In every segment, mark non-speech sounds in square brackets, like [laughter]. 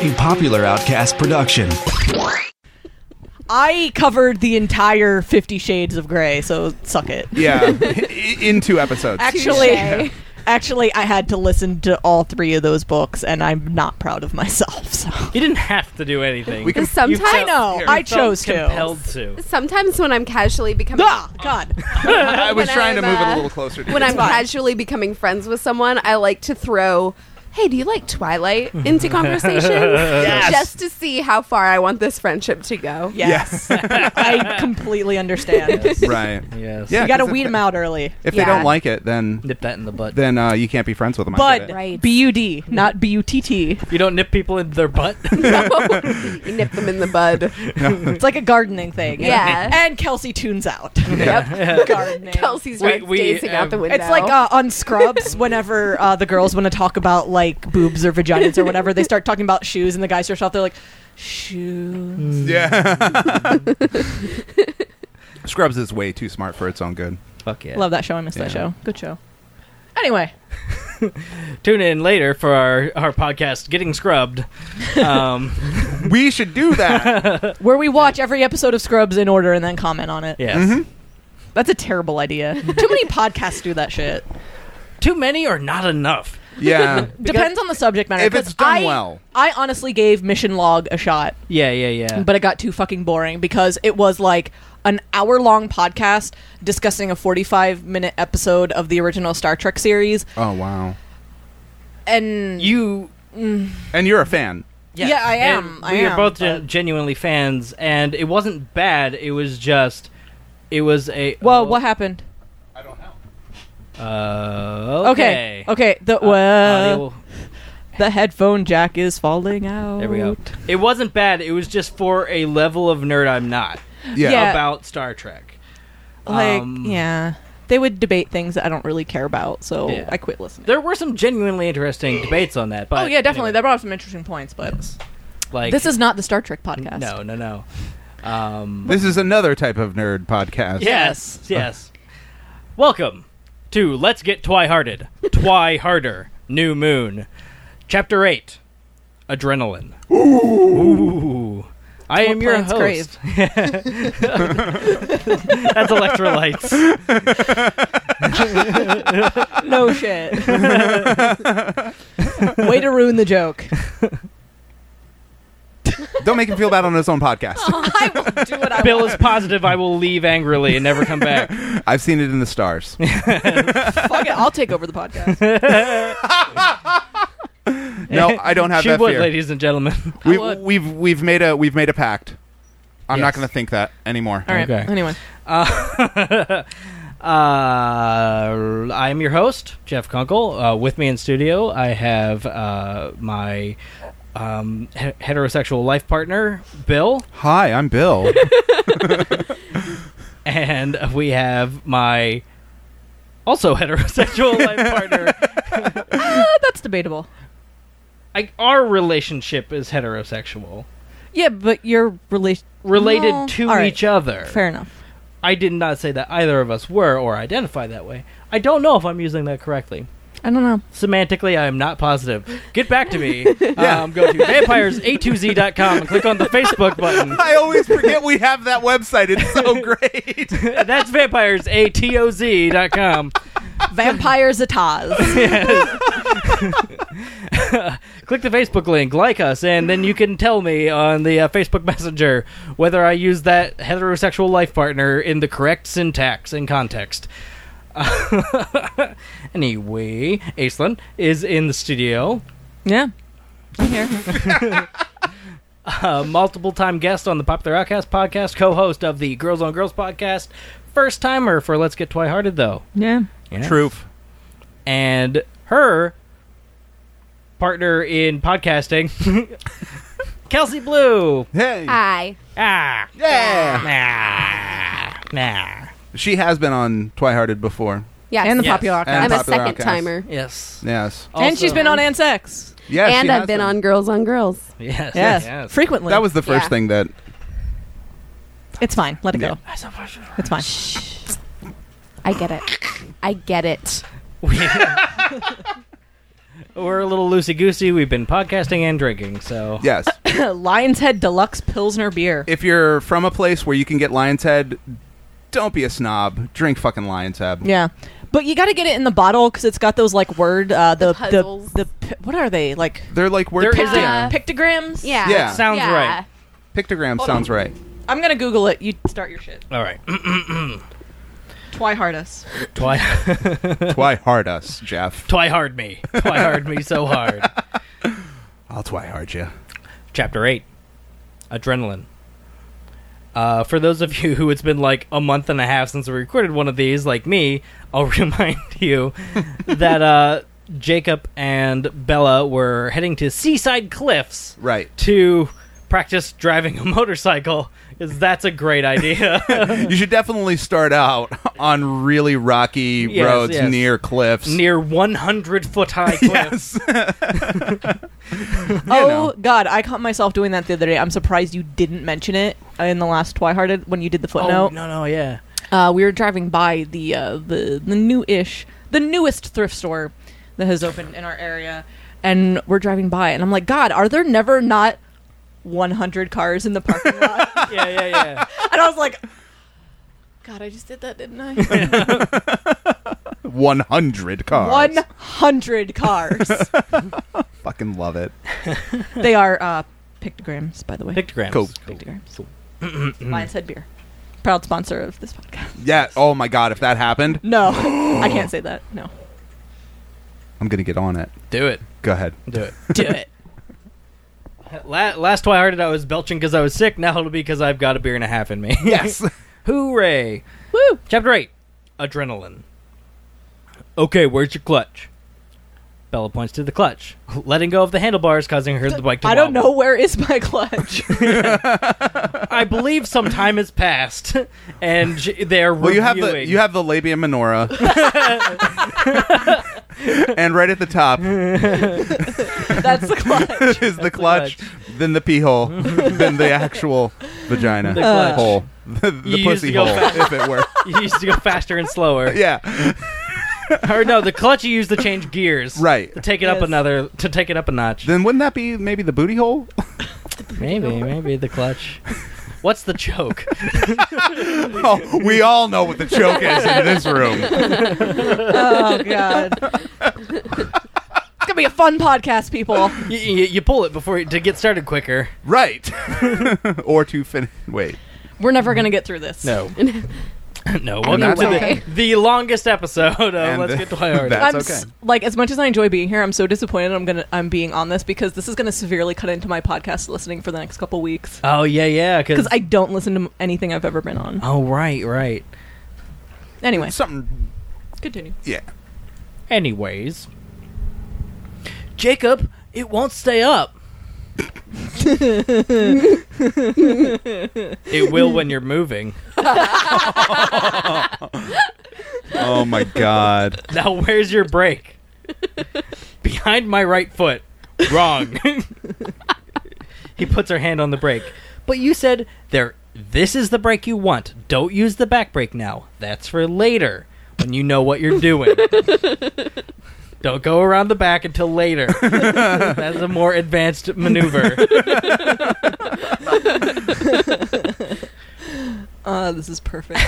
a popular Outcast production. I covered the entire Fifty Shades of Grey, so suck it. Yeah, i- in two episodes. Actually, Touche. actually, I had to listen to all three of those books, and I'm not proud of myself. So You didn't have to do anything. We can- You Sometimes felt- I know, you I felt chose to. Compelled to. Sometimes when I'm casually becoming ah, God, I was when trying to I'm, move it a uh, little closer. To when you. I'm casually becoming friends with someone, I like to throw, "Hey, do you like Twilight?" [laughs] into conversation just to see how far I want this friendship to go. yes, [laughs] I completely understand. right. Yes. Yeah, You got to 'cause if weed they- them out early. If Yeah. they don't like it, then Nip that in the butt. then uh, you can't be friends with them. I get Bud, it. Right. B-U-D, not B-U-T-T. You don't nip people in their butt. [laughs] you nip them in the bud. It's like a gardening thing. Yeah. And Kelsey tunes out. Yep. Gardening. Kelsey's We- right, we, gazing out um, the window. It's like uh, on [laughs] Scrubs, whenever uh, the girls want to talk about like boobs or vaginas or whatever, they start talking about shoes, and the guys start off. They're like, shoes. Yeah. Scrubs is way too smart for its own good. [laughs] Fuck yeah. Love that show. I miss that Yeah. show. Good show. Anyway, Tune in later for our, our podcast, Getting [laughs] Scrubbed. Um, We should do that. where we watch every episode of Scrubs in order and then comment on it. yes. That's a terrible idea. Too many podcasts do that shit. Too many or not enough. yeah. Depends on the subject matter. If it's 'cause done I- well. I honestly gave Mission Log a shot. Yeah, yeah, yeah. but it got too fucking boring because it was like an hour long podcast discussing a 45 minute episode of the original Star Trek series Oh wow. and you. And you're a fan. yes. Yeah, I am, And I we am, are both gen- but- genuinely fans, and it wasn't bad. It was just. It was a. well oh, what happened I don't know. Uh, okay okay. okay the Uh, well audio- the headphone jack is falling out There we go. It wasn't bad. It was just for a level of nerd I'm not Yeah. Yeah. about Star Trek. like Um, yeah they would debate things that I don't really care about so Yeah. I quit listening There were some genuinely interesting debates on that. But oh yeah definitely anyway, that brought up some interesting points but like this is not the Star Trek podcast no, [laughs] no, no. Um, This is another type of nerd podcast. yes, yes. Welcome to Let's Get Twi-Hearted, Twi-Harder, New Moon, Chapter 8, Adrenaline. Ooh. I am your Plants host. [laughs] That's electrolytes. [laughs] no [laughs] shit way to ruin the [laughs] joke Don't make him feel bad on his own podcast. I will do what I Bill is positive I will leave angrily and never come back. I've seen it in the stars. Fuck it, I'll take over the [laughs] podcast. [laughs] No, I don't have she that would, fear. ladies and gentlemen. [laughs] We, I would. we've we've made a we've made a pact. I'm not Yes. going to think that anymore. All right. Okay. Anyway, Uh, uh, I'm your host, Jeff Kunkel. Uh, with me in studio, I have uh, my um, he- heterosexual life partner, Bill, Hi, I'm Bill. and we have my also [laughs] heterosexual life [laughs] partner. that's debatable. I, our relationship is heterosexual, Yeah, but your relation related to each other. Fair enough. I did not say that either of us were or identify that way. I don't know if I'm using that correctly. I don't know. Semantically, I am not positive. Get back to me. um, go [laughs] to vampires2z.com and click on the Facebook button. I always forget we have that website. It's [laughs] so great. That's vampiresa2z.com. Vampire Zataz. Click the Facebook link, like us, and then you can tell me on the uh, Facebook Messenger whether I use that heterosexual life partner in the correct syntax and context. [laughs] anyway, Aislinn is in the studio. yeah. I'm here. a multiple time guest on the Popular Outcast podcast, co host of the Girls on Girls podcast, first timer for Let's Get Twi Hearted, though. Yeah. Truth. And her partner in podcasting, [laughs] Kelsey Blue. Hey. Hi. Ah. yeah. Nah. Nah. She has been on Twihearted before. Yes. And the Yes. popular And I'm podcast. a Popular second Outcast. timer. Yes. Yes. And, she's Also- been on and sex. Yes. and she I've has been on Girls on Girls. Yes. Yes. yes. Frequently. That was the first Yeah. thing that. It's fine. Let it go. It's fine. I get it. I get it. We- [laughs] We're a little loosey goosey. We've been podcasting and drinking, so Yes. Lion's Head Deluxe Pilsner Beer. if you're from a place where you can get Lion's Head, don't be a snob. Drink fucking Lion's Head. yeah. But you got to get it in the bottle because it's got those like word, uh, the, puzzles. the, the, what are they? Like They're like word There is pictograms. Yeah. pictograms? Yeah. Yeah. Sounds right. Pictogram sounds right. I'm going to Google it. You start your shit. all right. Twy Hardus. Twi, [laughs] Twy hard us, Jeff. twi hard me. Twi hard me so hard. I'll twy hard you. Chapter 8 Adrenaline. Uh, for those of [laughs] you who it's been like a month and a half since we recorded one of these, like me, I'll [laughs] remind you that uh, Jacob and Bella were heading to Seaside Cliffs Right. [laughs] to practice driving a [laughs] motorcycle. Because that's a great idea. You should definitely start out on really rocky Yes, roads yes. near cliffs. Near 100 foot high cliffs. yes. oh know. God, I caught myself doing that the other day. I'm surprised you didn't mention it in the last Twy Hearted when you did the Oh, footnote. no, no, yeah. Uh, we were driving by the uh, the the new-ish, the newest thrift store that has opened in our area, and we're driving by, and I'm like, God, are there never not 100 cars in the parking [laughs] lot? Yeah, yeah, yeah. and I was like, God, I just did that, didn't I? 100 cars. 100 cars. Fucking love it. they are uh, pictograms, by the way. Pictograms. Cool. pictograms. Lion's Head Beer, proud sponsor of this podcast. Yeah. Oh my god, if that happened, No, I can't say that. No, I'm going to get on it. Do it. Go ahead. Do it. do it. La- last Twi Hearted, I was belching because I was sick. Now it'll be because I've got a beer and a half in me. [laughs] Yes. Hooray! Woo! Chapter 8 Adrenaline. Okay, where's your clutch? Bella points to the clutch, [laughs] letting go of the handlebars, causing her the bike to I don't wobble. know where is my clutch. [laughs] I believe some time has passed, [laughs] and j- they're Well, you have the reviewing. you have the labia [laughs] minora, and right at the [laughs] top is [laughs] That's the clutch. the clutch, then the pee hole, then the actual vagina The Uh. clutch. hole, the, the You used pussy to go hole, if it were. [laughs] [laughs] you used to go faster and slower. Yeah, Or no, the clutch you use to change gears. Right. To take it up Yes. another, to take it up a notch. then wouldn't that be maybe the booty hole? [laughs] maybe, maybe the clutch. What's the joke? Oh, we all know what the joke is in this room. Oh god. it's gonna be a fun podcast, people. you, you, you pull it before to get [laughs] started quicker. Right, or to finish. Wait, We're never gonna get through this. No. no. Welcome that's to okay. [laughs] the, the longest episode of And Let's the- Get [laughs] Twired. that- I'm That's s- okay. like as much as I enjoy being here, I'm so disappointed I'm gonna I'm being on this because this is gonna severely cut into my podcast listening for the next couple Uh, weeks oh, yeah, yeah. because Because I don't listen to m- anything I've ever been on. Uh, Oh, right, right. Anyway, something. continue. Yeah, Anyways. Jacob, it won't stay up. it will when you're moving. Oh my god. Now, where's your break? Behind my right foot. Wrong. he puts her hand on the brake. But you said there. This is the brake you want. Don't use the back brake now. That's for later when you know what you're doing. Don't go around the back until later. That's a more advanced maneuver. Uh, this is perfect.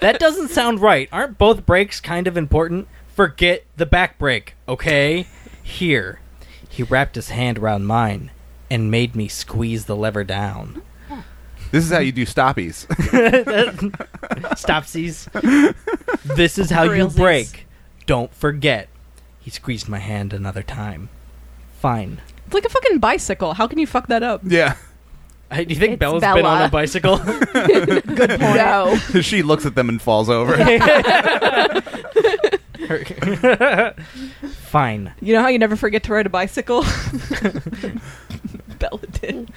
that doesn't sound right. Aren't both brakes kind of important? Forget the back brake, okay? Here. He wrapped his hand around mine and made me squeeze the lever down. This is how you do stoppies. [laughs] [laughs] Stopsies. this is how you Realsies. brake. Don't forget. He squeezed my hand another time. Fine. [laughs] it's like a fucking bicycle. How can you fuck that up? Yeah. Hey, Uh, do you think It's Bella's been on Bella. a [laughs] bicycle? [laughs] No. she looks at them and falls over. [laughs] Fine. You know how you never forget to ride a [laughs] bicycle? [laughs] Bella did.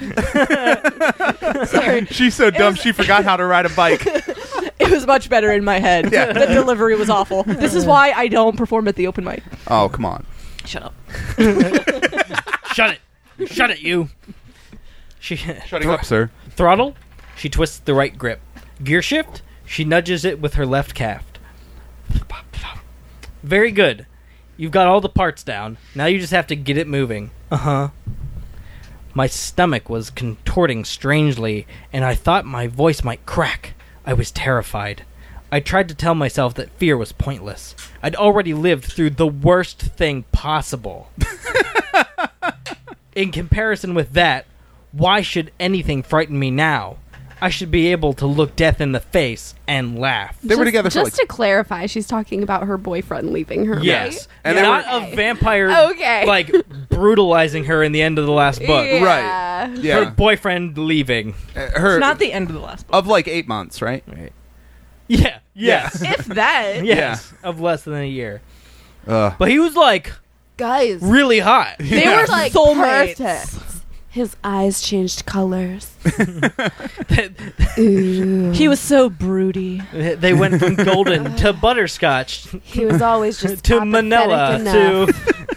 [laughs] Sorry. She's so dumb she forgot how to [laughs] ride a bike. It was much better in my head. Yeah. The delivery was awful. This is why I don't perform at the open mic. Oh, come on. Shut up. Shut it. Shut it, you. She [laughs] Shutting up, sir. Throttle, she twists the right grip. Gear shift, she nudges it with her left calf. Very good. You've got all the parts down. Now you just have to get it moving. Uh huh. My stomach was contorting strangely, and I thought my voice might crack. I was terrified. I tried to tell myself that fear was pointless. I'd already lived through the worst thing possible. In comparison with that, why should anything frighten me now? I should be able to look death in the face and laugh. They were Just- together for Just like to clarify, she's talking about her boyfriend leaving her. Yes, And and they not were- a vampire. [laughs] Okay. like brutalizing her in the end of the last book. Right? Right. Yeah. Her yeah, boyfriend leaving. [laughs] her It's not the end of the last book. of like eight months, right? Yeah. Yes. if [laughs] that, yes. Of less than a year, Ugh. but he was like Guys, really hot. they Yeah. were like like soulmates. perfect. His eyes changed [laughs] colors. He was so broody. they went from golden to butterscotch He was always just to apathetic Manila enough. to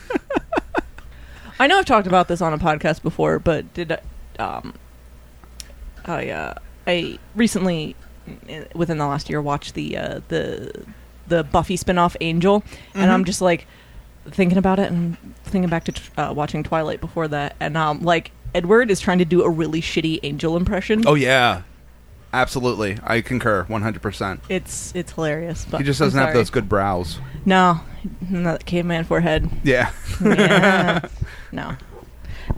I know I've talked about this on a podcast before, but did I, um, I uh, I recently i- within the last year watched the uh, the the Buffy spinoff Angel, and Mm-hmm. I'm just like thinking about it and thinking back to tr- uh, watching Twilight before that, and um, like Edward is trying to do a really shitty Angel impression. Oh yeah, absolutely. I concur, one hundred percent. It's it's hilarious, but He just I'm doesn't have sorry. those good brows. No, not caveman [laughs] forehead. Yeah, Yeah. no.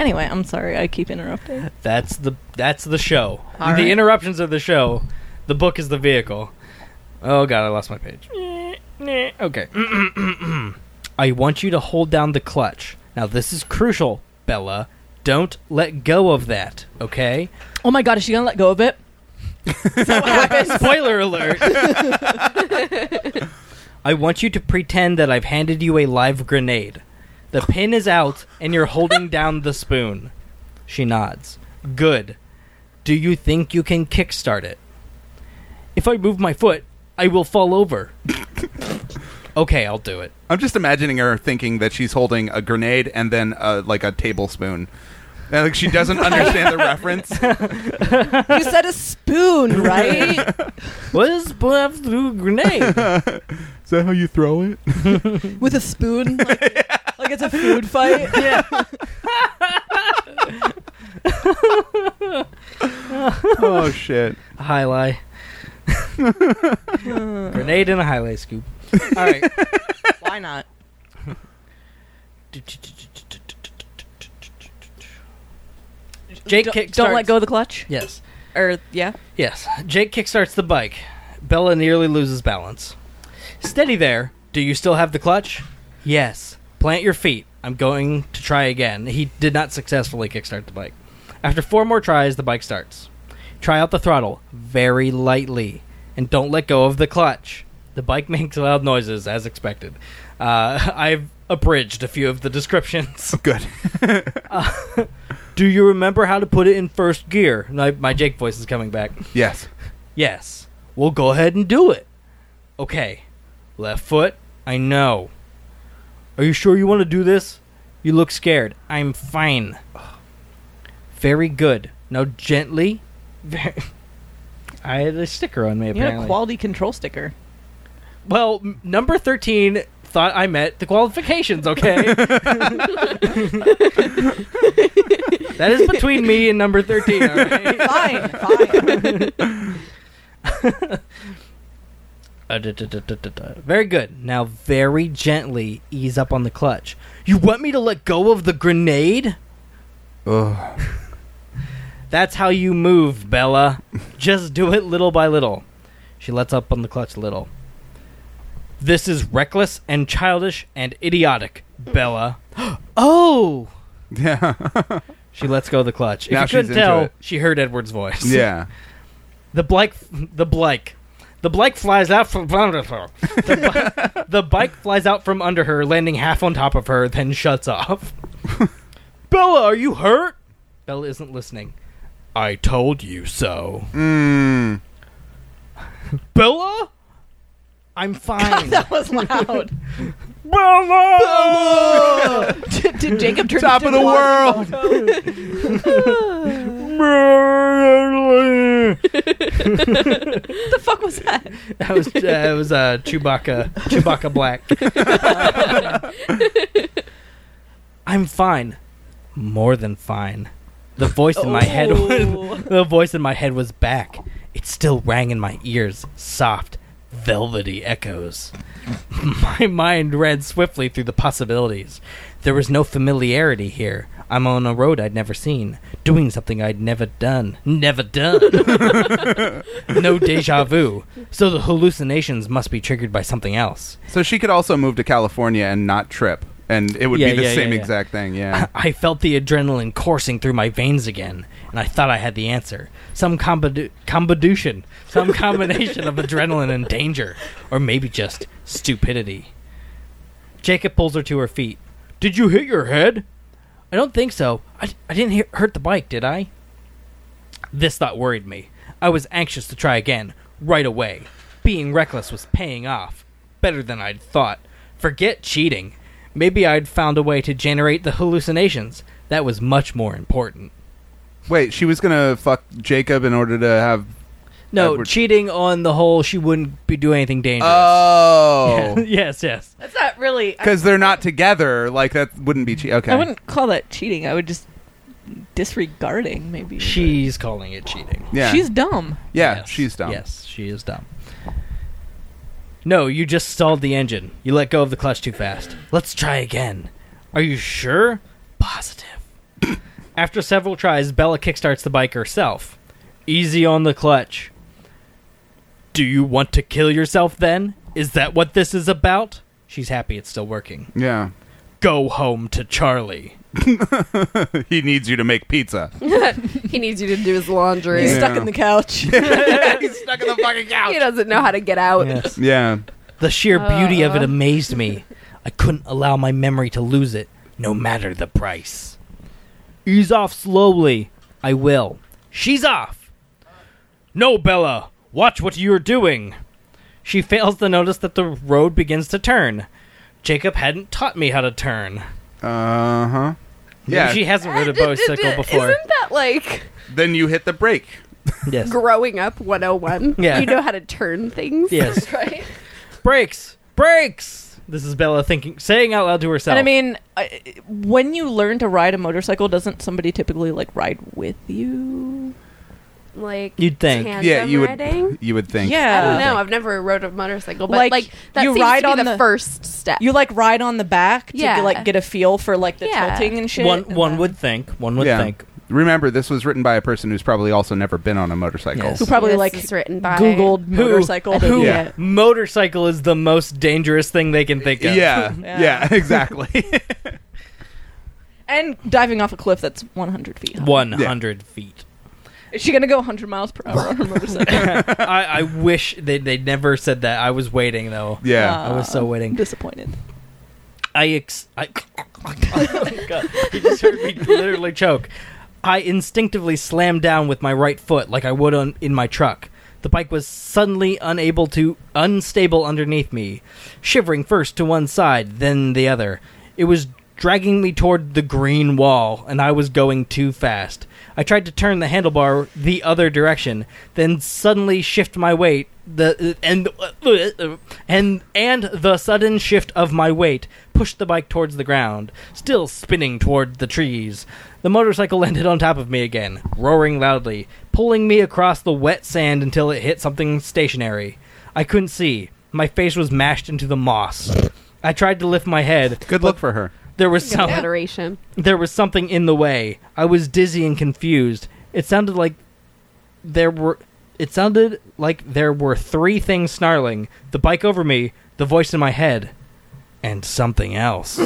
Anyway, I'm sorry. I keep interrupting. That's the that's the show. All the right. interruptions of the show. The book is the vehicle. Oh god, I lost my page. Okay. [clears throat] I want you to hold down the clutch. Now this is crucial, Bella. Don't let go of that, okay? Oh my god, is she gonna let go of it? [laughs] Spoiler alert. I want you to pretend that I've handed you a live grenade. The pin is out and you're [laughs] holding down the spoon. She nods. Good. Do you think you can kickstart it? If I move my foot, I will fall [laughs] over. okay, I'll do it. I'm just imagining her thinking that she's holding a grenade and then uh, like a tablespoon. And, like she [laughs] doesn't understand the reference. You said a spoon, right? What is above the [laughs] grenade? Is that how you throw it? With a spoon, like, like it's a food fight. yeah. [laughs] oh shit! High [laughs] lie. grenade and a high lie scoop. All right. Why not? Jake don't, kickstarts. don't let go of the clutch. Yes, Or yeah. yes. Jake kickstarts the bike. Bella nearly loses balance. Steady there. Do you still have the clutch? Yes. Plant your feet. I'm going to try again. He did not successfully kickstart the bike. After four more tries, the bike starts. Try out the throttle very lightly and don't let go of the clutch. The bike [laughs] makes loud noises as expected. Uh, [laughs] I've abridged a few of the descriptions. Good. Do you remember how to put it in first gear? My, my Jake voice is coming back. Yes. Yes. We'll go ahead and do it. Okay. Left foot. I know. Are you sure you want to do this? You look scared. I'm fine. Very good. Now gently. [laughs] Ver- I had a sticker on me You had apparently. a quality control sticker. well, m- number 13 thought I met the [laughs] qualifications, okay? [laughs] that is between me and number 13, all right? [laughs] Fine, [laughs] fine. Uh, da- da- da- da- da- da. Very good. Now, very gently ease up on the clutch. You want me to let go of the grenade? Ugh. That's how you move, [laughs] Bella. Just do it little by little. She lets up on the clutch a little. This is reckless and childish and idiotic, Bella. [gasps] oh! Yeah. She lets go of the clutch. If Now you she's couldn't into tell, it. she heard Edward's voice. Yeah. The Blake, the Blake, the Blake flies out from [laughs] under her. The, bi- the bike flies out from under her, landing half on top of her, then shuts off. [laughs] Bella, are you hurt? Bella isn't listening. I told you so. Mm. Bella, I'm [laughs] fine. that was loud. Bella, [laughs] did, did Jacob turn Top into of the a- world. [laughs] that the fuck was that? was uh, it was uh, Chewbacca Chewbacca Black. I'm fine, more than fine. The voice in my head, Oh. was, [laughs] the voice in my head was back. It still rang in my ears, soft, velvety echoes. [laughs] My mind ran swiftly through the possibilities. There was no familiarity here. I'm on a road I'd never seen, doing something I'd never done. Never done. [laughs] no deja vu. So the hallucinations must be triggered by something else. So she could also move to California and not trip, and it would Yeah, be the yeah, same yeah, yeah. exact thing. Yeah. [laughs] [laughs] I felt the adrenaline coursing through my veins again, and I thought I had the answer. Some combidu- combination, some combination of adrenaline and danger, or maybe just stupidity. Jacob pulls her to her feet. Did you hit your head? I don't think so. I, I didn't hit, hurt the bike, did I? This thought worried me. I was anxious to try again, right away. Being reckless was paying off. Better than I'd thought. Forget cheating. Maybe I'd found a way to generate the hallucinations. That was much more important. Wait, she was gonna fuck Jacob in order to have. No, Edward- cheating on the whole, she wouldn't be doing anything dangerous. [laughs] Oh. [laughs] yes, yes. That's not really. I, Because they're not together, like that wouldn't be cheating. Okay, I wouldn't call that cheating. I would just disregarding maybe. She's calling it cheating. yeah, She's dumb. yeah, Yes, she's dumb. Yes, she is dumb. No, you just stalled the engine. You let go of the clutch too fast. Let's try again. Are you sure? Positive. [coughs] After several tries, Bella kickstarts the bike herself. Easy on the clutch. Do you want to kill yourself then? Is that what this is about? She's happy it's still working. Yeah, Go home to Charlie. [laughs] [laughs] he needs you to make pizza. he needs you to do his laundry. He's Yeah. stuck in the couch. He's stuck in the fucking He couch. doesn't know how to get out. [laughs] [laughs] Yeah, The sheer beauty Oh. of it amazed me. I couldn't allow my memory to lose it, no matter the price. Ease off slowly. I will. She's off. No, Bella. Watch what you're doing. She fails to notice that the road begins to turn. Jacob hadn't taught me how to turn. uh huh. Yeah, She hasn't ridden a bicycle [laughs] before. Isn't that like then you hit the brake. Yes. growing up 101? Yeah. You know how to turn things. [laughs] Yes. Right? Brakes. Brakes. This is Bella thinking, saying out loud to And herself. I mean, I, when you learn to ride a motorcycle, doesn't somebody typically like ride with you? Like You'd think. tandem Yeah, you riding? would. You would think. I Yeah, Um, don't know. I've never rode a motorcycle, but Like, like, that you seems ride to be on the, the- first step. you like ride on the back to Yeah. like get a feel for like the Yeah. tilting and shit. one and one then- would think. One would Yeah. think. Remember, this was written by a person who's probably also never been on a motorcycle. Yes. who probably This like is written by- Googled Who- motorcycle. who- Yeah. motorcycle is the most dangerous thing they can think of. Yeah, Yeah. [laughs] yeah, exactly. and diving off a cliff that's 100 feet. High. 100 feet. Is she gonna go 100 miles per hour on [laughs] her motorcycle? I, I wish they, they never said that. I was waiting, though. yeah. I was so I'm waiting. disappointed. I ex. I, [laughs] oh God, you just heard me literally choke. I instinctively slammed down with my right foot like I would on, in my truck. The bike was suddenly unable to unstable underneath me, shivering first to one side, then the other. It was dragging me toward the green wall, and I was going too fast. I tried to turn the handlebar the other direction, then suddenly shift my weight. The and and and the sudden shift of my weight pushed the bike towards the ground, still spinning toward the trees. The motorcycle [laughs] landed on top of me again, roaring loudly, pulling me across the wet sand until it hit something stationary. I couldn't see. My face was mashed into the moss. I tried to lift my head. Good but look for her. There was some, Adoration. [laughs] there was something in the way. I was dizzy and confused. It sounded like there were it sounded like there were three things snarling. The bike over me, the voice in my head, and something else.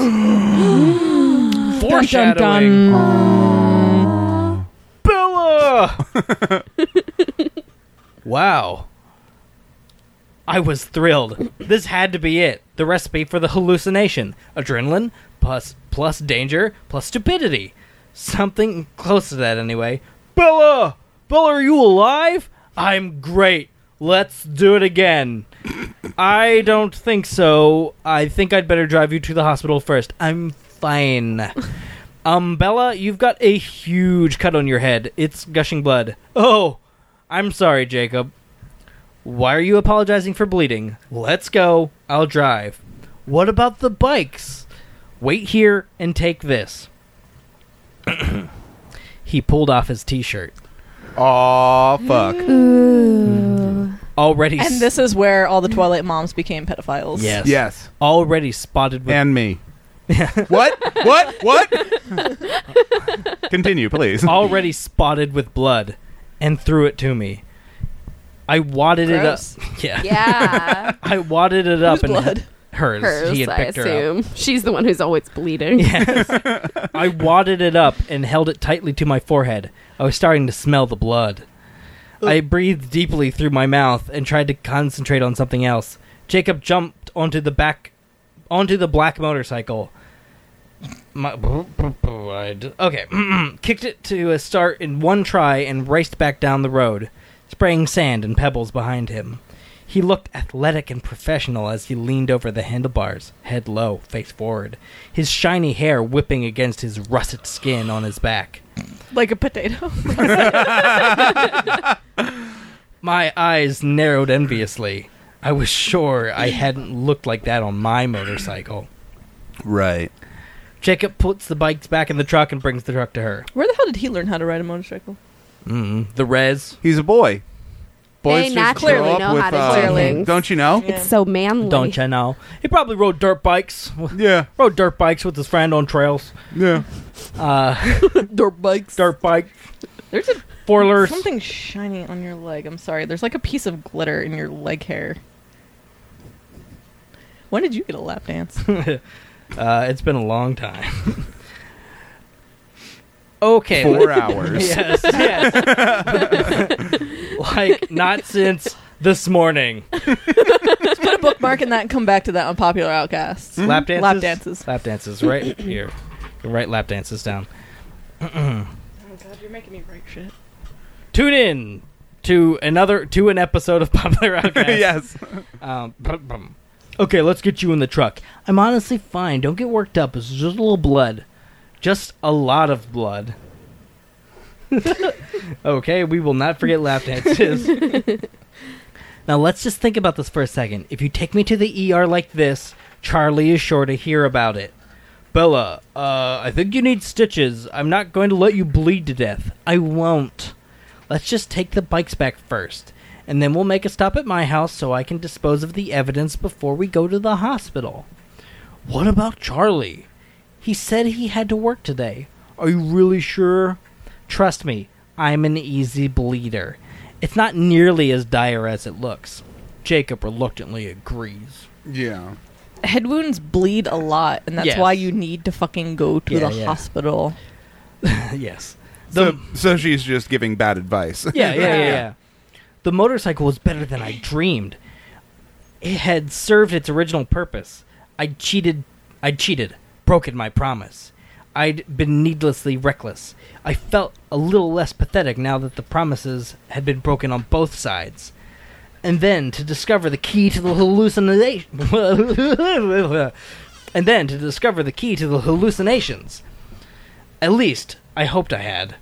[gasps] Foreshadowing. Bella! wow. I was thrilled. This had to be it. The recipe for the hallucination. Adrenaline plus plus danger plus stupidity. Something close to that anyway. Bella! Bella, are you alive? I'm great. Let's do it again. I don't think so. I think I'd better drive you to the hospital first. I'm fine. Um, Bella, you've got a huge cut on your head. It's gushing blood. Oh, I'm sorry, Jacob. Why are you apologizing for bleeding? Let's go. I'll drive. What about the bikes? Wait here and take this. [clears throat] he pulled off his t shirt. Aw, fuck. Already. s- And this is where all the Twilight moms became pedophiles. Yes. Yes. Already spotted with. And [laughs] me. what? What? What? Continue, please. already spotted with blood and threw it to me. I wadded Gross. it up. [laughs] Yeah. Yeah. I wadded it Whose up and blood? hers. Hers, he had I picked her up. assume. She's the one who's always bleeding. Yes. I wadded it up and held it tightly to my forehead. I was starting to smell the blood. I breathed deeply through my mouth and tried to concentrate on something else. Jacob jumped onto the back onto the black motorcycle. My, okay, [clears throat] kicked it to a start in one try and raced back down the road, spraying sand and pebbles behind him. He looked athletic and professional as he leaned over the handlebars, head low, face forward, his shiny hair whipping against his russet skin on his back. Like a potato. [laughs] My eyes narrowed enviously. I was sure I hadn't looked like that on my motorcycle. Right. Jacob puts the bikes back in the truck and brings the truck to her. Where the hell did he learn how to ride a motorcycle? Mm-hmm. The res. He's a boy. Boys just They naturally grow up know with, how to uh, do things. Don't you know? It's so manly. Don't you know? He probably rode dirt bikes. Yeah. Rode dirt bikes with his friend on trails. Yeah. Uh, [laughs] Dirt bikes. dirt bike, There's a, four something shiny on your leg. I'm sorry. There's like a piece of glitter in your leg hair. When did you get a lap dance? [laughs] Uh, it's been a long time. [laughs] okay. Four let's- hours. [laughs] Yes, yes. [laughs] like, not since this morning. Put a bookmark in that and come back to that on Popular Outcasts. Mm-hmm. Lap dances? Lap dances. Lap dances, right here. You write lap dances down. Oh god, you're making me write shit. Tune in to another, to an episode of Popular [laughs] Outcast. yes. Um, brum, brum. okay, let's get you in the truck. I'm honestly fine. Don't get worked up. It's just a little blood. Just a lot of blood. [laughs] okay, we will not forget lap dances. now let's just think about this for a second. If you take me to the ER like this, Charlie is sure to hear about it. Bella, uh, I think you need stitches. I'm not going to let you bleed to death. I won't. Let's just take the bikes back first, and then we'll make a stop at my house so I can dispose of the evidence before we go to the hospital. What about Charlie? He said he had to work today. Are you really sure? Trust me, I'm an easy bleeder. It's not nearly as dire as it looks. Jacob reluctantly agrees. Yeah. Head wounds bleed a lot, and that's Yes. why you need to fucking go to Yeah, the yeah. hospital. [laughs] yes. So, so she's just giving bad advice. [laughs] yeah, yeah, yeah, yeah. The motorcycle was better than I dreamed. It had served its original purpose. I cheated. I cheated. Broken my promise. I'd been needlessly reckless. I felt a little less pathetic now that the promises had been broken on both sides. And then to discover the key to the hallucination. [laughs] and then to discover the key to the hallucinations. At least, I hoped I had.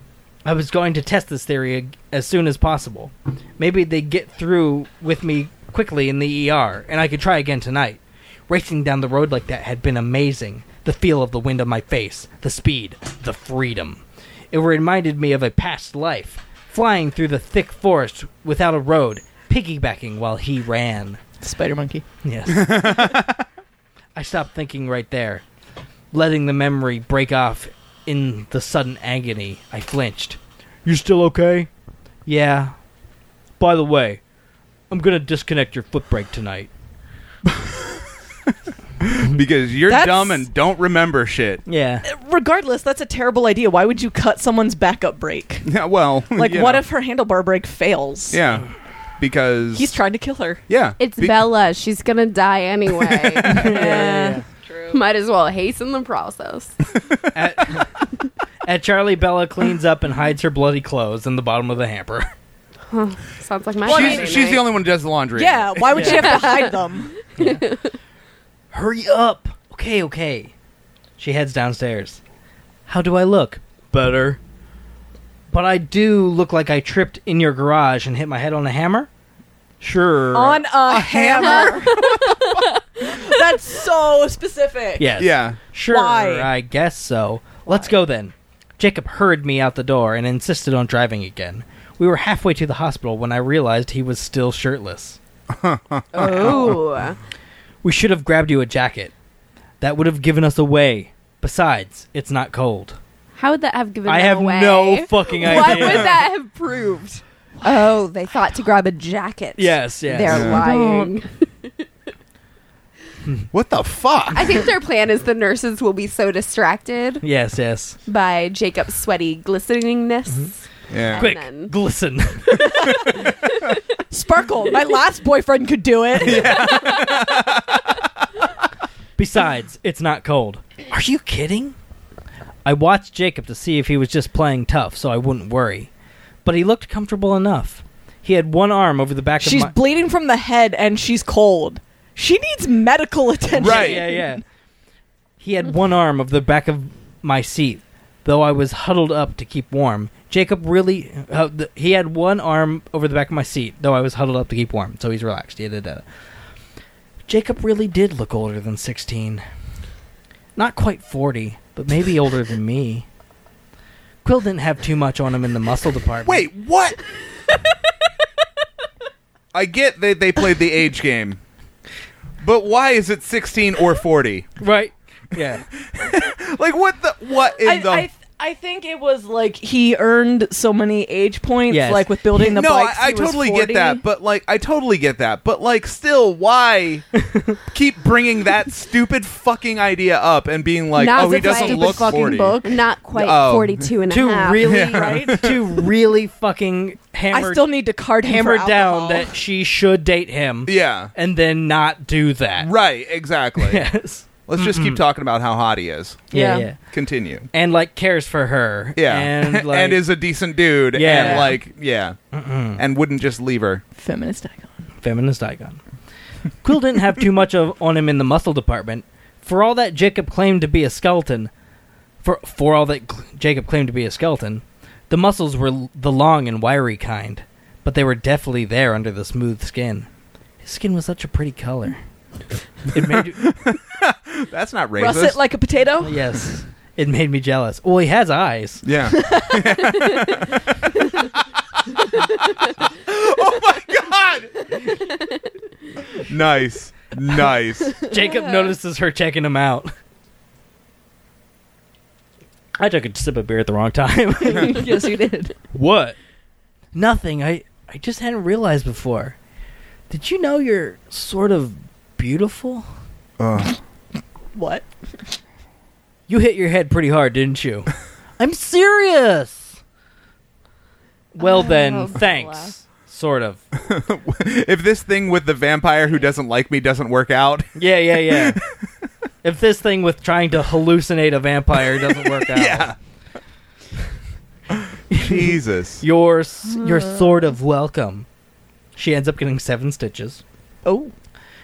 I was going to test this theory ag- as soon as possible. Maybe they'd get through with me quickly in the ER, and I could try again tonight. Racing down the road like that had been amazing. The feel of the wind on my face, the speed, the freedom. It reminded me of a past life, flying through the thick forest without a road, piggybacking while he ran. Spider monkey. Yes. [laughs] I stopped thinking right there, letting the memory break off in the sudden agony. I flinched. You still okay? Yeah. By the way, I'm gonna disconnect your foot brake tonight. [laughs] Because you're That's- dumb and don't remember shit. [laughs] Yeah. Regardless, that's a terrible idea. Why would you cut someone's backup [laughs] brake? Yeah, well. Like, you what know. if her handlebar brake fails? [laughs] Yeah. Because. He's trying to kill her. Yeah. It's Be- Bella. She's gonna die [laughs] anyway. Might as well hasten the process. At, at Charlie, Bella cleans up and hides her bloody clothes in the bottom of the hamper. [laughs] Sounds like my. Friday She's, she's night. the only one who does the laundry. Yeah, why would she [laughs] have to hide them? Hurry up! Okay, okay. She heads downstairs. How do I look? Better. But I do look like I tripped in your garage and hit my head on a hammer? Sure. On a, hammer. [laughs] That's so specific. Yes. Yeah. Sure, Why? I guess so. Let's go then. Jacob hurried me out the door and insisted on driving again. We were halfway to the hospital when I realized he was still shirtless. Oh. We should have grabbed you a jacket. That would have given us away. Besides, it's not cold. How would that have given I them have away? no fucking idea. What would that have proved? Oh, they thought to grab a jacket. Yes, yes. They're Yeah. lying. What the fuck? I think their plan is the nurses will be so distracted Yes, yes. by Jacob's sweaty glisteningness. yeah. Quick, then- glisten. Sparkle, my last boyfriend could do it. [laughs] Besides, it's not cold. Are you kidding? I watched Jacob to see if he was just playing tough so I wouldn't worry. But he looked comfortable enough. He had one arm over the back She's of my bleeding from the head and she's cold. She needs medical attention. Right. [laughs] Yeah, yeah. He had one arm over the back of my seat, though I was huddled up to keep warm. Jacob really uh, th- he had one arm over the back of my seat, though I was huddled up to keep warm, so he's relaxed. Yeah, da, da, da. Jacob really did look older than 16. Not quite 40, [laughs] but maybe older than me. Quill didn't have too much on him in the muscle department. Wait, what? I get that they played the age game, but why is it 16 or 40? right? Yeah. Like, what the? What in I, the? I, I think it was like he earned so many age points, Yes. like with building the no, bikes. I, I he was totally 40. get that, but like, I totally get that, but like, still, why keep bringing that stupid fucking idea up and being like, Now oh, he it's like doesn't stupid look fucking 40? book. Not quite Oh. 42 and a to half. [laughs] [laughs] really, Right? to really fucking hammer I still need to card him for hammered down alcohol. that she should date him Yeah, and then not do that. right, [laughs] exactly. Yes. Let's just keep talking about how hot he is. Yeah. Yeah. yeah. Continue. And like cares for her. Yeah, [laughs] And like is a decent dude, Yeah. and like, yeah, and wouldn't just leave her. feminist icon. feminist icon. Quill didn't have too much of on him in the muscle department. For all that Jacob claimed to be a skeleton, for for all that cl- Jacob claimed to be a skeleton, the muscles were l- the long and wiry kind, but they were definitely there under the smooth skin. His skin was such a [laughs] pretty color. It made you, That's not racist. Russet like a potato. [laughs] Yes. It made me jealous. Well, he has [laughs] eyes. yeah. [laughs] oh my god! nice, nice. [laughs] Jacob notices her checking him out. I took a sip of beer at the wrong [laughs] time. yes, you did. what? Nothing. I I just hadn't realized before. Did you know you're sort of beautiful? What? You hit your head pretty hard, didn't you? [laughs] I'm serious. Well Oh, then, thanks. Sort of. if this thing with the vampire who doesn't like me doesn't work [laughs] out, Yeah, yeah, yeah. if this thing with trying to hallucinate a vampire [laughs] doesn't work out, yeah. Jesus. you're s- you're Uh. sort of welcome. She ends up getting seven stitches. Oh,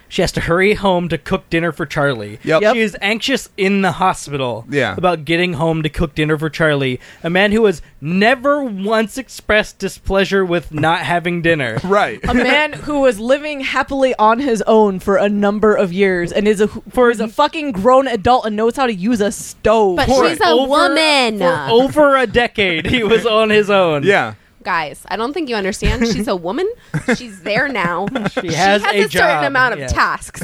She has to hurry home to cook dinner for Charlie. Yep. Yep. She is anxious in the hospital Yeah. about getting home to cook dinner for Charlie, a man who has never once expressed displeasure with not having dinner. Right. [laughs] a man who was living happily on his own for a number of years and is a for is a fucking grown adult and knows how to use a stove. Mm-hmm. But For she's a over- woman. For over a decade, he was on his own. Yeah. Guys, I don't think you understand. She's a woman. She's there now. [laughs] She has, she has a, certain job. amount of yeah. [laughs] tasks,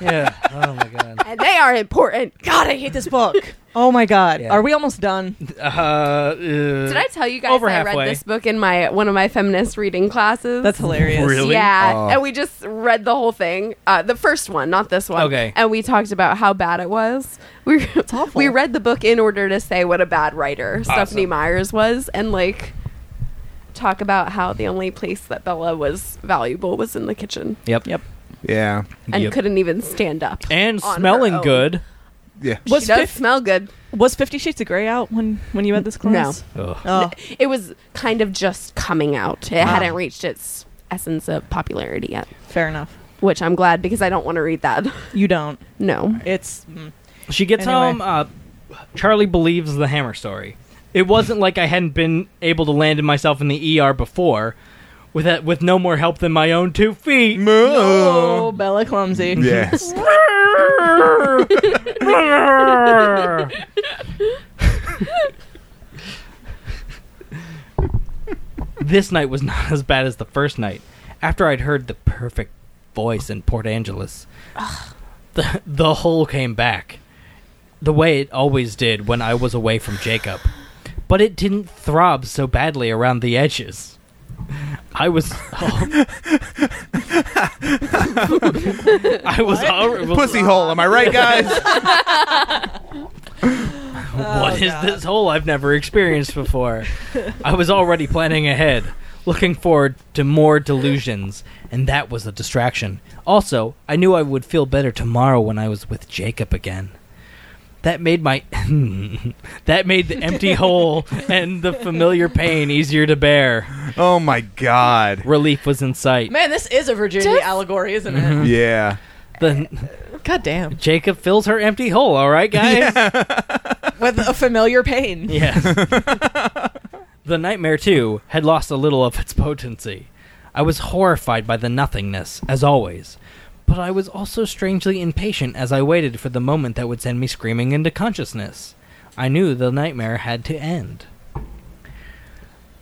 Yeah. Oh my god. and they are important. God, I hate this book. Oh my god, Yeah. are we almost done? Uh, Did I tell you guys Over I halfway. read this book in my one of my feminist reading classes? That's hilarious. Really? Yeah, Oh. and we just read the whole thing, uh, the first one, not this one. Okay. and we talked about how bad it was. We awful. we read the book in order to say what a bad writer Stephanie Myers was, and like talk about how the only place that Bella was valuable was in the kitchen, Yep. Yep. Yeah. and Yep. couldn't even stand up. And on her smelling own. good. Yeah. She Was does fif- smell good. Was Fifty Shades of Grey out when when you had this class? Ugh. Oh. It was kind of just coming out. It hadn't reached its essence of popularity yet, Fair enough. which I'm glad because I don't want to read that. [laughs] You don't. no. It's mm. She gets Anyway. home. Uh, Charlie believes the hammer story. It wasn't like I hadn't been able to land in myself in the ER before, with that, with no more help than my own two feet. Oh, Bella clumsy. Yes. this night was not as bad as the first night. After I'd heard the perfect voice in Port Angeles, the, the hole came back. The way it always did when I was away from Jacob. But it didn't throb so badly around the edges. I was. [laughs] oh. I was. alre- was- Pussy hole, am I right, [laughs] guys? What is this hole I've never experienced before? I was already planning ahead, looking forward to more delusions, and that was a distraction. Also, I knew I would feel better tomorrow when I was with Jacob again. That made my [laughs] that made the empty hole and the familiar pain easier to bear. oh my god. Relief was in [laughs] sight. Man, this is a virginity Just- allegory, isn't it? Mm-hmm. Yeah. The, God damn. Jacob fills her empty hole. All right, guys. With a familiar pain. Yes. [laughs] the nightmare, too, had lost a little of its potency. I was horrified by the nothingness, as always, but I was also strangely impatient as I waited for the moment that would send me screaming into consciousness. I knew the nightmare had to end.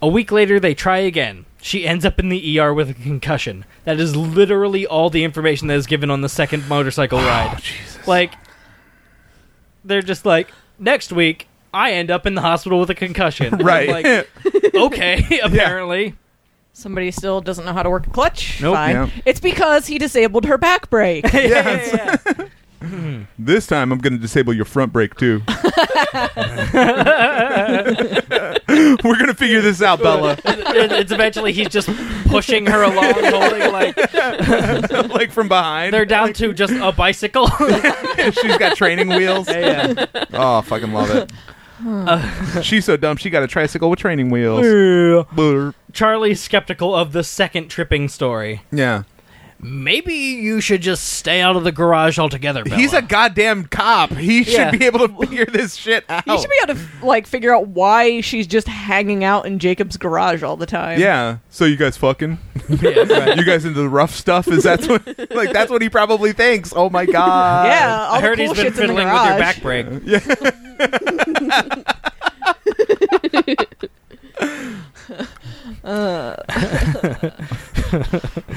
A week later, they try again. She ends up in the ER with a concussion. That is literally all the information that is given on the second motorcycle Oh, ride. Like, they're just like, next week, I end up in the hospital with a concussion. I'm Right. [laughs] like, okay, apparently. Somebody still doesn't know how to work a clutch. Nope. Fine. Yeah. It's because he disabled her back brake. this time I'm going to disable your front brake [laughs] too. [laughs] We're going to figure this out, Bella. [laughs] It- it's eventually he's just pushing her [laughs] along, holding like like from behind. they're down to just a [laughs] bicycle. She's got training [laughs] wheels. yeah. Oh, fucking love it. She's so dumb. She got a tricycle with training wheels. yeah. Blurp. Charlie's skeptical of the second tripping story. Yeah. Maybe you should just stay out of the garage altogether. Bella. He's a goddamn cop. He should Yeah. be able to figure this shit out. You should be able to like figure out why she's just hanging out in Jacob's garage all the time. yeah. So you guys fucking? Yeah, right. You guys into the rough stuff? Is that what? Like that's what he probably thinks. Oh [laughs] my god. Yeah. All Uh, I the heard cool he's been shit's in the fiddling with your garage. back [laughs] [laughs] brake.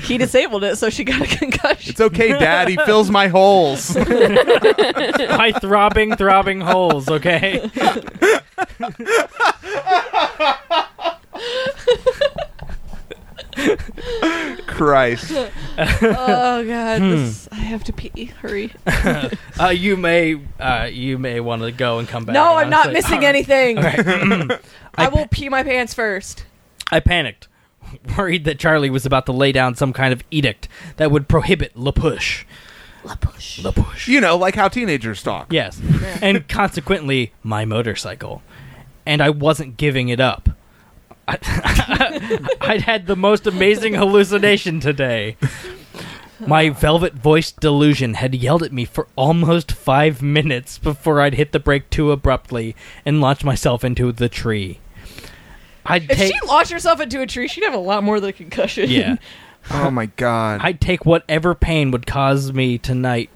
He disabled it, so she got a concussion. It's okay, Dad. He fills my [laughs] holes. My throbbing, throbbing holes. Okay. Christ. oh god, this, I have to pee. Hurry. [laughs] Uh, you may, uh, you may want to go and come back. no, I'm not missing honestly. All right. anything. I uh, Mm-hmm. I will pee my pants first. I panicked, [laughs] worried that Charlie was about to lay down some kind of edict that would prohibit La Push. La Push. You know, like how teenagers talk. Yes. And consequently, my motorcycle. And I wasn't giving it up. I, [laughs] I'd had the most amazing hallucination today. My velvet voiced delusion had yelled at me for almost five minutes before I'd hit the brake too abruptly and launched myself into the tree. I'd If take she launched herself into a tree, she'd have a lot more than a concussion. yeah. Oh my god. I'd take whatever pain would cause me tonight.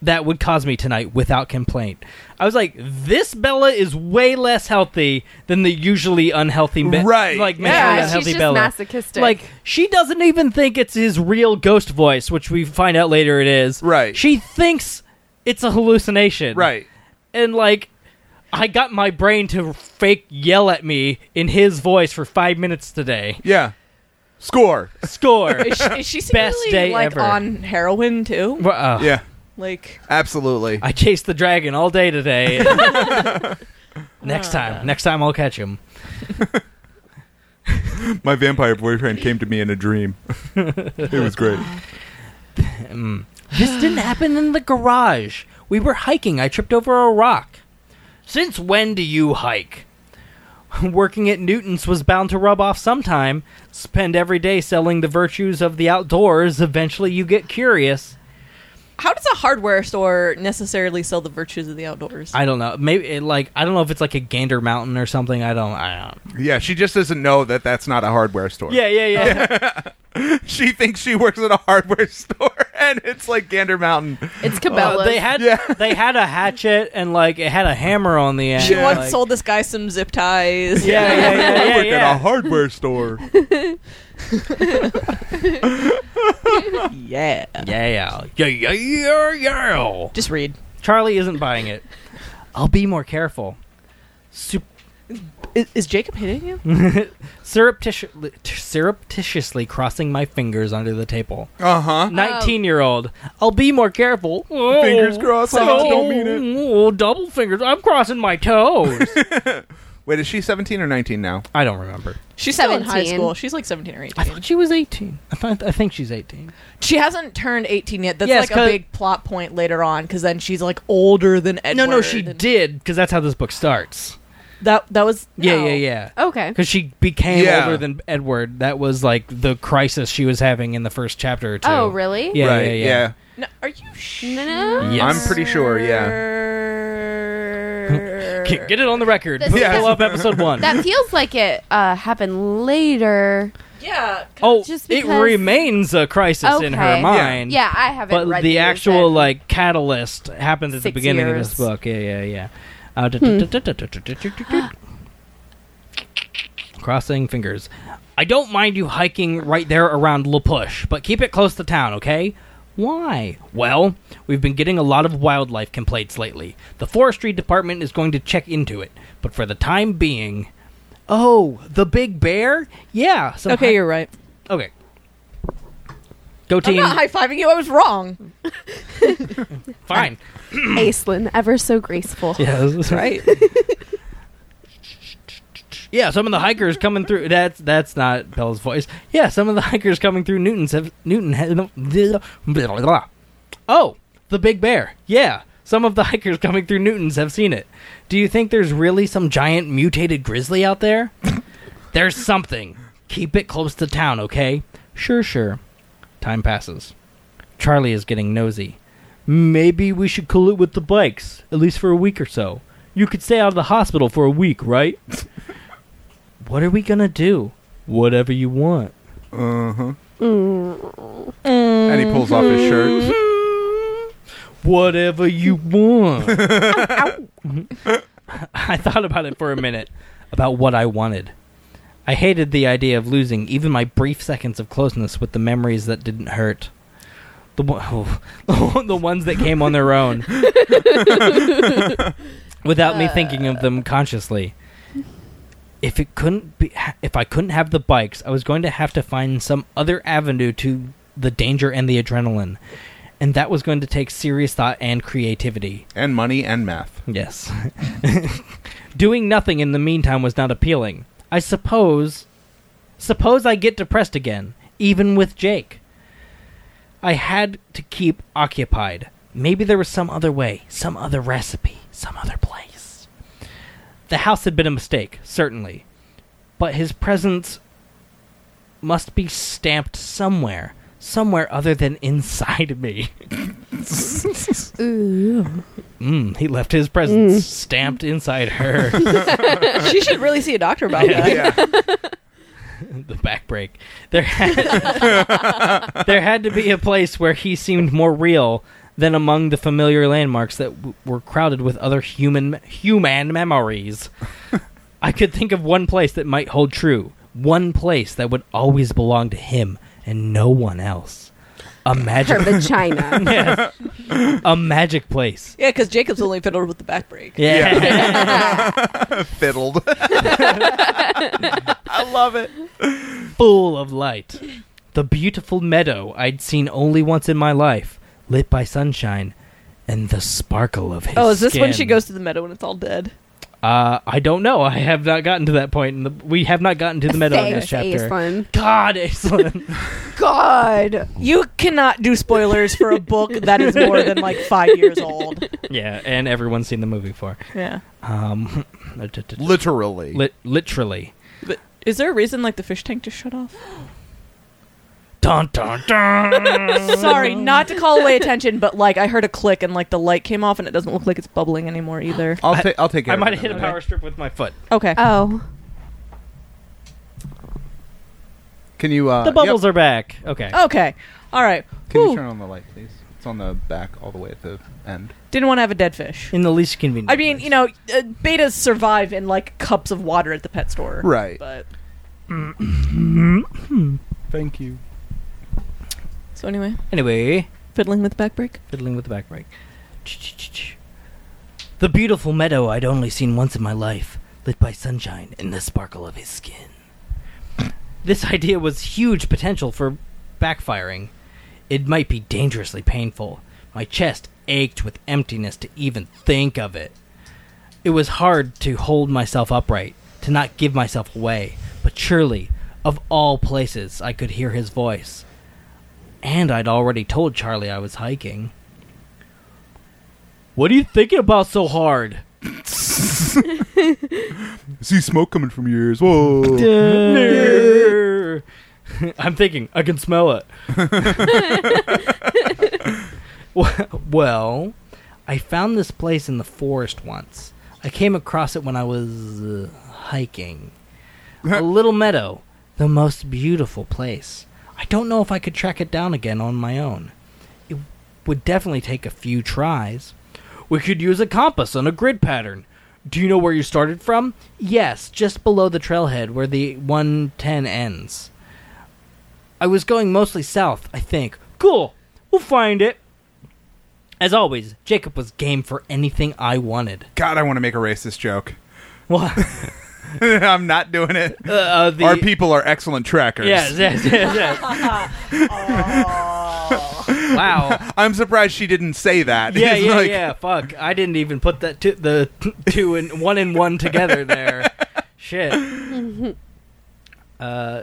That would cause me tonight without complaint. I was like, this Bella is way less healthy than the usually unhealthy, me- Right. Like mentally Yeah, she's unhealthy just Bella. masochistic. Like she doesn't even think it's his real ghost voice, which we find out later it is. Right. She thinks it's a hallucination. right. And like, I got my brain to fake yell at me in his voice for five minutes today. Yeah. Score. [laughs] Score. [laughs] Is she, is she Best secretly, day like ever. on heroin too? Wow. Yeah. Like Absolutely. I chased the dragon all day [laughs] today. next time, next time I'll catch him. My vampire boyfriend came to me in a dream. it was great. Mm. [gasps] This didn't happen in the garage. We were hiking. I tripped over a rock. Since when do you hike? [laughs] Working at Newton's was bound to rub off sometime. Spend every day selling the virtues of the outdoors. Eventually, you get curious. How does a hardware store necessarily sell the virtues of the outdoors? I don't know. Maybe it, like I don't know if it's like a Gander Mountain or something. I don't. I don't. Yeah, she just doesn't know that that's not a hardware store. Yeah, yeah, [laughs] [laughs] yeah. She thinks she works at a hardware [laughs] store and it's like Gander Mountain. It's Cabela's. oh, they had Yeah. they had a hatchet and like it had a hammer on the end. she once like- sold this guy some zip ties. [laughs] Yeah, yeah, yeah, yeah. I work at yeah. a hardware store. yeah. Yeah, yeah, yeah, yeah, yeah, yeah. Just read. Charlie isn't buying it. I'll be more careful. Sup- Is, is Jacob hitting you? surreptitiously, surreptitiously crossing my fingers under the table. Uh huh. Nineteen-year-old. I'll be more careful. Oh, Fingers crossed, I just don't mean it. Oh, double fingers. I'm crossing my toes. [laughs] Wait, is she 17 or 19 now? I don't remember. She's still in high 17. school. She's like 17 or I 18. thought she was eighteen. I, thought, I think she's eighteen. She hasn't turned 18 yet. That's Yes, like a 'cause- big plot point later on because then she's like older than Edward. No, no, she and- did because that's how this book starts. That that was Yeah, no. yeah, yeah. okay. Because she became Yeah. older than Edward. That was like the crisis she was having in the first chapter or two. Oh, really? Yeah, right, yeah, yeah. No, are you sure? No. Yes. I'm pretty sure, Oh, yeah. Get get it on the record. This- Pull Yes. up episode [laughs] one. That feels like it uh, happened later. Yeah. oh, just it because- remains a crisis in her Okay. mind. Yeah, I haven't But read the these actual yet. like catalyst happens at the Six beginning of this years. book. Yeah, yeah, yeah. Uh, du- du- du- du- du- du- du- du- du- du- Crossing fingers. I don't mind you hiking right there around La Push, but keep it close to town, okay? Why? Well, we've been getting a lot of wildlife complaints lately. The forestry department is going to check into it, but for the time being, oh, the big bear? Yeah. Some Okay, hi- you're right. okay. Go I'm team. not high fiving you. I was [laughs] wrong. Fine. Aislinn, ever so graceful. [laughs] Yeah, that's right. yeah, some of the hikers coming through. That's that's not Bella's voice. Yeah, some of the hikers coming through Newton's have Newton. Has, blah, blah, blah. [laughs] Oh, the big bear. Yeah, some of the hikers coming through Newton's have seen it. Do you think there's really some giant mutated grizzly out there? there's something. Keep it close to town, okay? Sure, sure. Time passes. Charlie is getting nosy. Maybe we should cool it with the bikes, at least for a week or so. You could stay out of the hospital for a week, right? [laughs] what are we gonna do? Whatever you want. Uh huh. And he pulls off his shirt. Whatever you want. [laughs] I thought about it for a minute, about what I wanted. I hated the idea of losing even my brief seconds of closeness with the memories that didn't hurt. The, one- oh, [laughs] the ones that came on their own. Without me thinking of them consciously. If it couldn't be if I couldn't have the bikes, I was going to have to find some other avenue to the danger and the adrenaline. And that was going to take serious thought and creativity. And money and [laughs] math. Yes. Doing nothing in the meantime was not appealing. I suppose. Suppose I get depressed again, even with Jake. I had to keep occupied. Maybe there was some other way, some other recipe, some other place. The house had been a mistake, certainly. But his presence must be stamped somewhere, somewhere other than inside me. [laughs] Ooh. Mm, he left his presence stamped inside her. she should really see a doctor [laughs] about that. Yeah. the back break. There had, there had [laughs] to be a place where he seemed more real than among the familiar landmarks that w- were crowded with other human human memories. I could think of one place that might hold true, one place that would always belong to him and no one else. A Her magic, vagina. [laughs] Yes. a [laughs] magic place. Yeah, because Jacob's only fiddled with the back break. yeah. Fiddled. [laughs] I love it. full of light. The beautiful meadow I'd seen only once in my life, lit by sunshine and the sparkle of his Oh, is this when she skin. goes to the meadow and it's all dead? Uh, I don't know. I have not gotten to that point. In the, we have not gotten to the meadow in this Thanks, chapter. Aislinn. God, Aislinn. God. You cannot do spoilers for a book that is more than like five years old. yeah, and everyone's seen the movie before. [laughs] Yeah. Um, Literally. lit- literally. But is there a reason like the fish tank just shut off? Dun dun [laughs] dun. Sorry, not to call away attention, but like I heard a click and like the light came off and it doesn't look like it's bubbling anymore either. Um, I'll, ta- I'll take it. I might have hit a power strip with my foot. [gasps] Okay. [laughs] Oh. Can you? Uh, The bubbles yep. are back. Okay. okay. All right. Can Whew. you turn on the light, please? It's on the back, all the way at the end. Didn't want to have a dead fish. In the least convenient. I mean, place. you know, uh, betas survive in like cups of water at the pet store. Right. But Thank you. so anyway, Anyway, fiddling with backbreak. fiddling with the back brake. Ch-ch-ch-ch. The beautiful meadow I'd only seen once in my life, lit by sunshine and the sparkle of his skin. This idea was huge potential for backfiring. It might be dangerously painful. My chest ached with emptiness to even think of it. It was hard to hold myself upright, to not give myself away, but surely, of all places, I could hear his voice. And I'd already told Charlie I was hiking. What are you thinking about so hard? See smoke coming from your ears. Whoa. I'm thinking, I can smell it. well, I found this place in the forest once. I came across it when I was uh, hiking. A little meadow, the most beautiful place. I don't know if I could track it down again on my own. It would definitely take a few tries. We could use a compass and a grid pattern. Do you know where you started from? Yes, just below the trailhead where the 110 ends. I was going mostly south, I think. Cool. We'll find it. As always, Jacob was game for anything I wanted. [laughs] God, I want to make a racist joke. [laughs] What? I'm not doing it. uh, uh, the- Our people are excellent trackers. Yes, yes, yes, [laughs] yes. wow. I'm surprised she didn't say [laughs] that. Yeah, It's yeah, like, yeah. Fuck. I didn't even put that two, the two and one and one together there. Shit. Uh,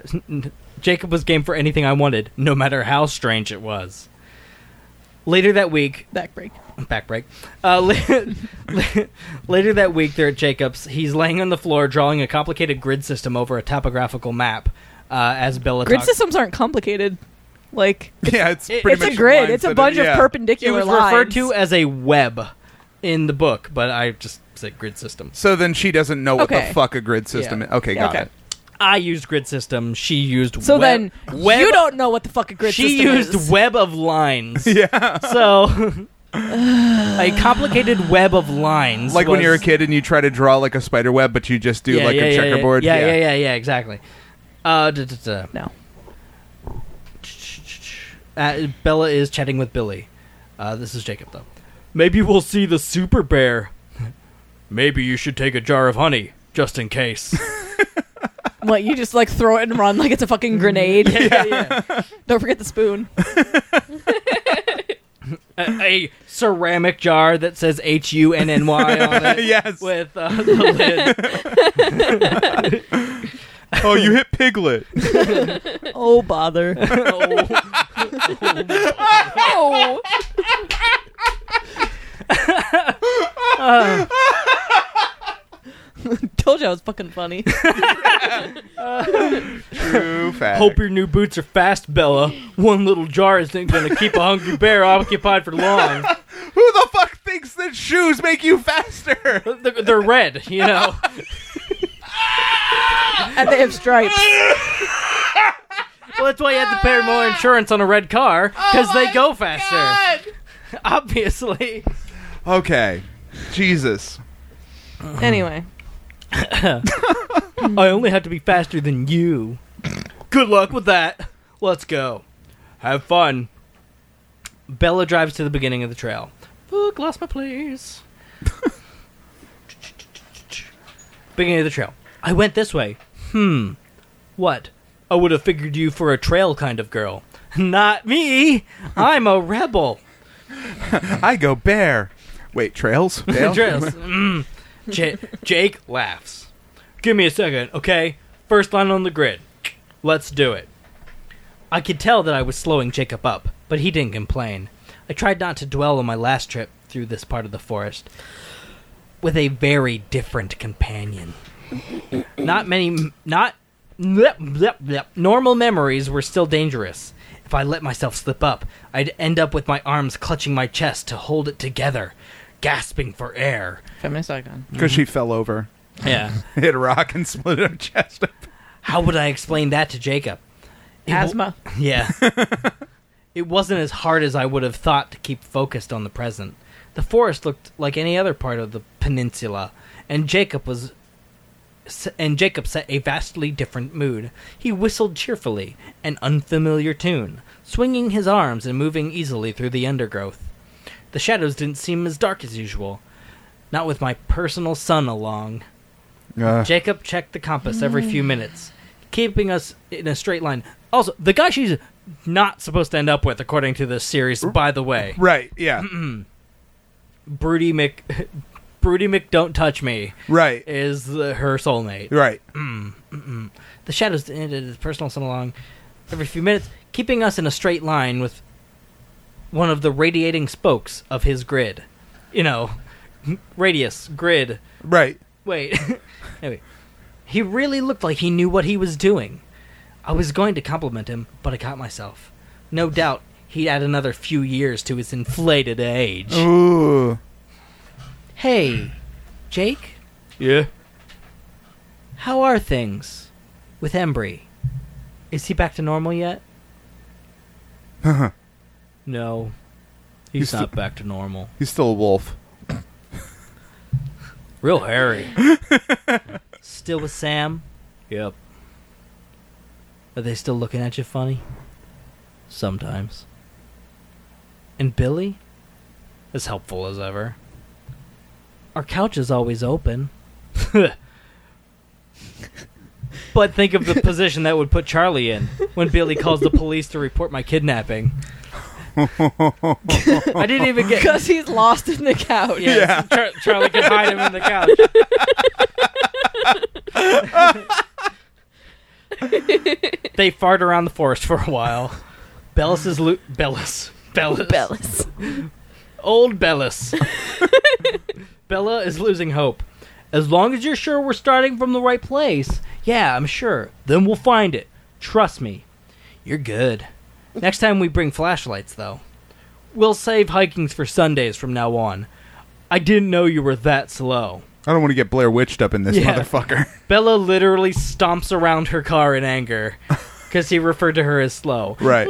Jacob was game for anything I wanted, no matter how strange it was. Later that week, Backbreak. back break. Uh, [laughs] la- later that week, they're at Jacob's. He's laying on the floor drawing a complicated grid system over a topographical map. Uh, as Bella Grid talks- systems aren't complicated. Like Yeah, it's It- pretty it's much a grid. lines It's a that bunch yeah. of It perpendicular was lines. referred to as a web in the book, but I just said grid system. So then she doesn't know what Okay. the fuck a grid system Yeah. is. Okay, got Okay. it. I used grid system. She used so web- then web- you don't know what the fuck a grid she system used is. web of [laughs] lines. Yeah. So a complicated web of lines, Like when was- you're a kid and you try to draw like a spider web, but you just do like a checkerboard. Yeah, yeah, yeah, yeah, exactly. Uh, duh, duh, duh. no. Uh, Bella is chatting with Billy. Uh, this is Jacob, though. Maybe we'll see the super bear. Maybe you should take a jar of honey, just in [laughs] case. What you just like throw it and run like it's a fucking Mm-hmm. grenade. [laughs] Don't forget the spoon. a, a ceramic jar that says H U N N Y on it. Yes. With uh, the lid. Oh, [laughs] you hit Piglet. Oh [laughs] bother. Oh. Oh. Told you I was fucking funny. True fact. Hope your new boots are fast, Bella. One little jar isn't going to keep a hungry bear occupied for long. Who the fuck thinks that shoes make you faster? [laughs] They're, they're red, you know. and they have stripes. Well, that's why you have to pay more insurance on a red car because they go faster. [laughs] Obviously. Okay. Jesus. Anyway. [laughs] I only have to be faster than you. Good luck with that. Let's go. Have fun. Bella drives to the beginning of the trail. Fuck, lost my place. [laughs] beginning of the trail. I went this way. Hmm. What? I would have figured you for a trail kind of girl. [laughs] Not me. I'm a rebel. I go bear. Wait, [laughs] trails? Bail? Andreas, mm. Ja- Jake laughs. Give me a second, okay? First line on the grid. Let's do it. I could tell that I was slowing Jacob up, but he didn't complain. I tried not to dwell on my last trip through this part of the forest with a very different companion. Not many, not blep, blep, blep. Normal memories were still dangerous. If I let myself slip up, I'd end up with my arms clutching my chest to hold it together, gasping for air. Feminist icon. because she fell over, [laughs] Yeah. hit a rock, and [laughs] split her chest. up. [laughs] How would I explain that to Jacob? It wa- Asthma. [laughs] Yeah. it wasn't as hard as I would have thought to keep focused on the present. The forest looked like any other part of the peninsula, and Jacob was and Jacob set a vastly different mood. He whistled cheerfully, an unfamiliar tune, swinging his arms and moving easily through the undergrowth. The shadows didn't seem as dark as usual, not with my personal sun along. Uh, Jacob checked the compass every few minutes, keeping us in a straight line. Also, the guy she's not supposed to end up with, according to this series, by the way, right. Yeah. Broody Mc, [laughs] Broody Mc, don't touch me, Right. is uh, her soulmate. Mm, Right. The shadows ended his personal son along every few minutes, keeping us in a straight line with one of the radiating spokes of his grid. You know, radius grid. Right. Wait. [laughs] anyway, he really looked like he knew what he was doing. I was going to compliment him, but I caught myself. No doubt he'd add another few years to his inflated age. Oh. Ooh. Hey, Jake, Yeah. how are things with Embry? Is he back to normal yet? no. He's, He's not th- back to normal. He's still a wolf. Real [laughs] hairy. still with Sam? Yep. Are they still looking at you funny? Sometimes. And Billy? As helpful as ever. Our couch is always open. [laughs] but think of the position that would put Charlie in when Billy calls the police to report my kidnapping. I didn't even [laughs] get Because he's lost in the couch. yeah, Yeah. Char- Charlie can hide him in the couch. they fart around the forest for a while. Bellis is lo- Bellis. Bellis. Bellis. Old Bellis. Bella is losing hope. As long as you're sure we're starting from the right place, yeah, I'm sure. Then we'll find it. Trust me. You're good. Next time we bring flashlights, though. We'll save hikings for Sundays from now on. I didn't know you were that slow. I don't want to get Blair witched up in this Yeah. [laughs] motherfucker. [laughs] Bella literally stomps around her car in anger because he referred to her as slow. [laughs] Right.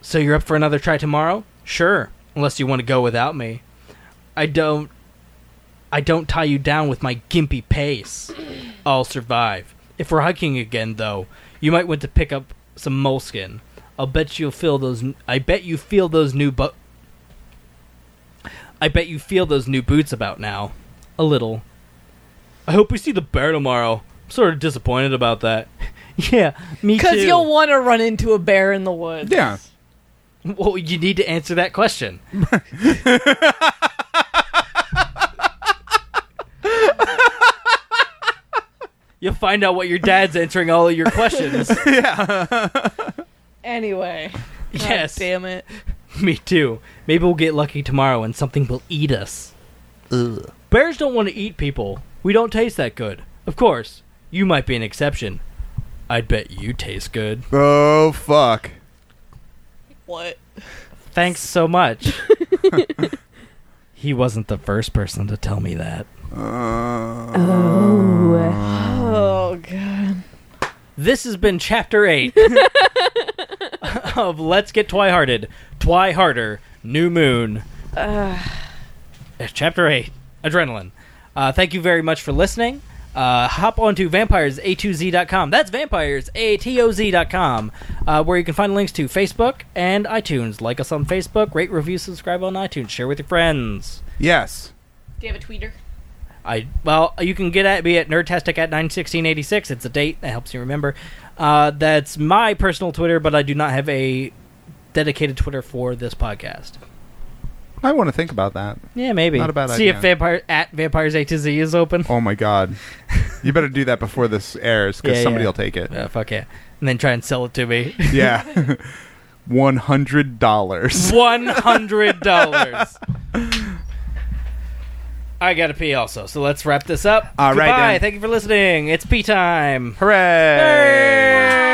so you're up for another try tomorrow? Sure, unless you want to go without me. I don't. I don't tie you down with my gimpy pace. I'll survive. If we're hiking again, though, you might want to pick up some moleskin. I'll bet you'll feel those. I bet you feel those new bu- I bet you feel those new boots about now. A little. I hope we see the bear tomorrow. I'm sort of disappointed about that. [laughs] yeah, me too. Because you'll want to run into a bear in the woods. Yeah. [laughs] Well, you need to answer that question. You'll find out what your dad's answering all of your questions. Anyway. God yes, damn it. me too. Maybe we'll get lucky tomorrow and something will eat us. Ugh. Bears don't want to eat people. We don't taste that good. Of course, you might be an exception. I'd bet you taste good. Oh fuck. What? Thanks so much. he wasn't the first person to tell me that. Uh. Mm. Oh, God. This has been chapter 8 of Let's Get Twihearted. Twi Harder, New Moon. Uh, chapter 8, Adrenaline. Uh, thank you very much for listening. Uh, hop onto vampiresa2z.com. That's vampiresa2z.com, uh, where you can find links to Facebook and iTunes. Like us on Facebook, rate, review, subscribe on iTunes, share with your friends. Yes. Do you have a tweeter? I well, you can get at me at nerdtastic at nine sixteen eighty six. It's a date that helps you remember. Uh, that's my personal Twitter, but I do not have a dedicated Twitter for this podcast. I want to think about that. Yeah, maybe. Not a bad See idea. if vampire at vampires A to Z [laughs] is open. Oh my god. You better do that before this airs because Yeah, somebody yeah. will take it. Yeah, fuck yeah, and then try and sell it to me. [laughs] Yeah. [laughs] One hundred dollars. One hundred dollars. I gotta pee also, so let's wrap this up. All right, Goodbye. then. Thank you for listening. It's pee time. Hooray! Hooray!